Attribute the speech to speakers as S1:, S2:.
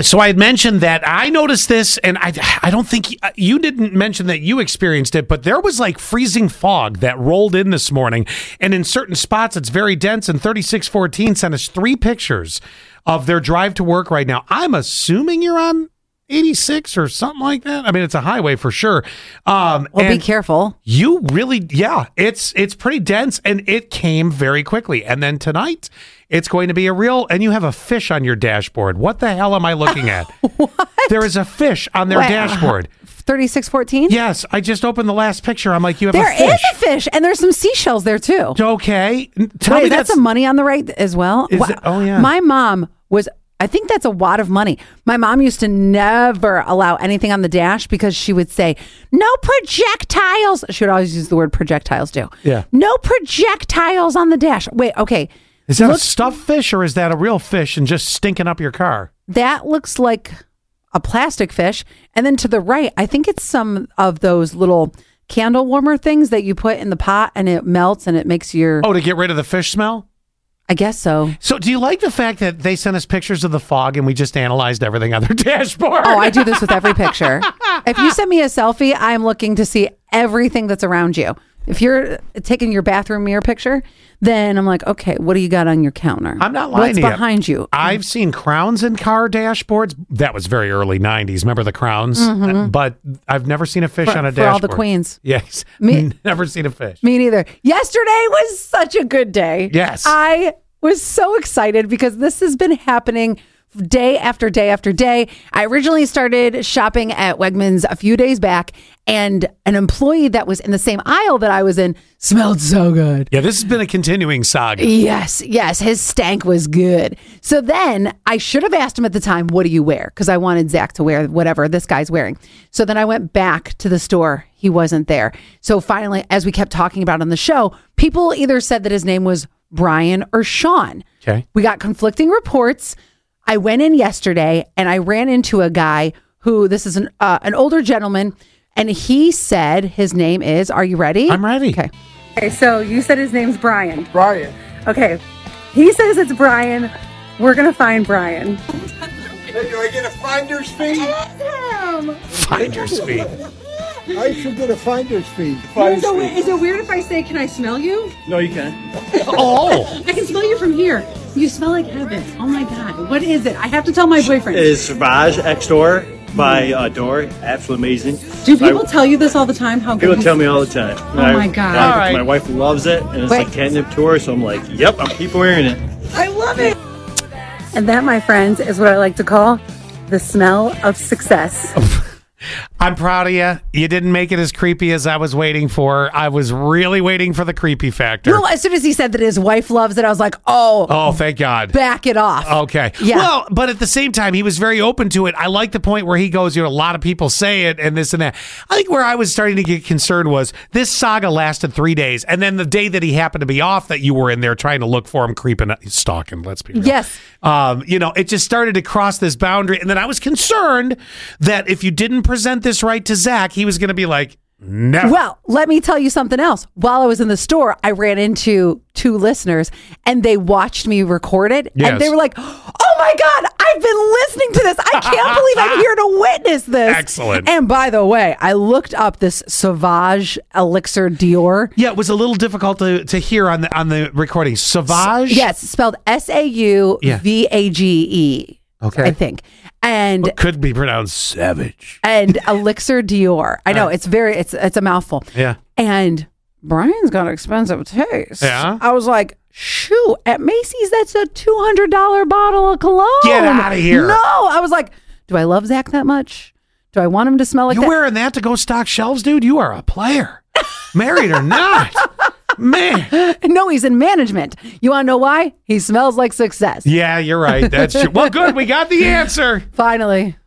S1: So I had mentioned that I noticed this, and I I don't think uh, you didn't mention that you experienced it, but there was like freezing fog that rolled in this morning, and in certain spots it's very dense. And thirty six fourteen sent us three pictures of their drive to work right now. I'm assuming you're on eighty six or something like that. I mean, it's a highway for sure. Um,
S2: Well, be
S1: and-
S2: careful.
S1: you really yeah it's it's pretty dense and it came very quickly and then tonight it's going to be a real and you have a fish on your dashboard what the hell am i looking at there is a fish on their
S2: Wait,
S1: dashboard
S2: Thirty-six fourteen.
S1: yes i just opened the last picture i'm like you have
S2: There
S1: a
S2: is
S1: fish
S2: a fish, and there's some seashells there too.
S1: okay N- tell
S2: Wait,
S1: me
S2: that's,
S1: that's,
S2: some money on the right as well.
S1: Is
S2: Wha-
S1: it- oh, yeah.
S2: My mom was. I think that's a wad of money. My mom used to never allow anything on the dash because she would say, "No projectiles." She would always use the word projectiles too.
S1: Yeah.
S2: No projectiles on the dash. Wait. Okay.
S1: is that a
S2: look-
S1: stuffed fish or is that a real fish and just stinking up your car
S2: That looks like a plastic fish, and then to the right, I think it's some of those little candle warmer things that you put in the pot and it melts and it makes your.
S1: oh to get rid of the fish smell
S2: I guess so.
S1: so do you like the fact that they sent us pictures of the fog and we just analyzed everything on their dashboard
S2: Oh, I do this with every picture. If you send me a selfie, I'm looking to see everything that's around you. If you're taking your bathroom mirror picture, then I'm like, okay, what do you got on your counter?
S1: I'm not lying
S2: What's
S1: to you.
S2: behind you?
S1: I've seen crowns in car dashboards. That was very early '90s. Remember the crowns? Uh, But I've never seen a fish
S2: Mm-hmm. For-
S1: on a
S2: for
S1: dashboard.
S2: all the queens.
S1: Yes,
S2: Me-
S1: never seen a fish.
S2: Me neither. Yesterday was such a good day.
S1: Yes.
S2: I was so excited because this has been happening day after day after day. I originally started shopping at Wegmans a few days back, and an employee that was in the same aisle that I was in smelled so good.
S1: yeah, this has been a continuing saga.
S2: Yes, yes, his stank was good. So then I should have asked him at the time, what do you wear? Because I wanted Zach to wear whatever this guy's wearing. So then I went back to the store. He wasn't there. So finally, as we kept talking about on the show, people either said that his name was Brian or Sean.
S1: Okay.
S2: We got conflicting reports. I went in yesterday and I ran into a guy who, this is an, uh, an older gentleman, and he said his name is, are you ready?
S1: I'm ready.
S2: Okay. Okay, so you said his name's Brian. Brian. Okay. He says it's Brian. We're going to find Brian.
S3: Hey, do I get a finder's fee?
S1: Finder's fee.
S3: I should get a finder's fee.
S4: Is it, we- is it weird if I say, can I smell you?
S5: No, you can't.
S1: Oh,
S4: I can smell you from here. You smell like heaven. Oh my God. What is it? I have to tell my boyfriend.
S5: It is Sauvage X Door by uh, Door. Absolutely amazing.
S4: Do people
S5: I-
S4: tell you this all the time? How
S5: People
S4: good
S5: tell me all the time. Oh
S4: my God.
S1: All right.
S5: My wife loves it, and it's
S2: Wait.
S5: like catnip to her, so I'm like, yep, I'm keep wearing it.
S4: I love it.
S6: And that, my friends, is what I like to call the smell of success.
S1: I'm proud of you. You didn't make it as creepy as I was waiting for. I was really waiting for the creepy factor.
S2: Well, Oh, as soon as he said that his wife loves it, I was like, oh,
S1: oh, thank God.
S2: back it off.
S1: Okay.
S2: Yeah.
S1: Well, but at the same time, he was very open to it. I like the point where he goes, you know, a lot of people say it and this and that. I think where I was starting to get concerned was this saga lasted three days. And then the day that he happened to be off, that you were in there trying to look for him, creeping, stalking, let's be real.
S2: Yes.
S1: Um, you know, it just started to cross this boundary. And then I was concerned that if you didn't present this right to Zach, he was going to be like, never.
S2: Well, let me tell you something else. While I was in the store, I ran into two listeners and they watched me record it.
S1: Yes.
S2: And they were like, oh my God, I've been listening to this. I can't believe I'm here to witness this.
S1: Excellent.
S2: And by the way, I looked up this Sauvage Elixir Dior.
S1: yeah, it was a little difficult to, to hear on the on the recording. Sauvage.
S2: Yes, spelled S A U V A G E.
S1: Okay.
S2: I think. And
S1: Could be pronounced savage.
S2: and Elixir Dior. I know it's very it's it's a mouthful.
S1: Uh. Yeah.
S2: And Brian's got expensive taste.
S1: Yeah?
S2: I was like, shoot, at Macy's that's a two hundred dollar bottle of cologne.
S1: Get outta here.
S2: No. I was like, do I love Zach that much? Do I want him to smell like
S1: You
S2: that?
S1: wearing that to go stock shelves, dude? You are a player, married or not, man.
S2: no, he's in management. You wanna know why? He smells like success.
S1: Yeah, you're right. That's true. well, good. We got the answer.
S2: Finally.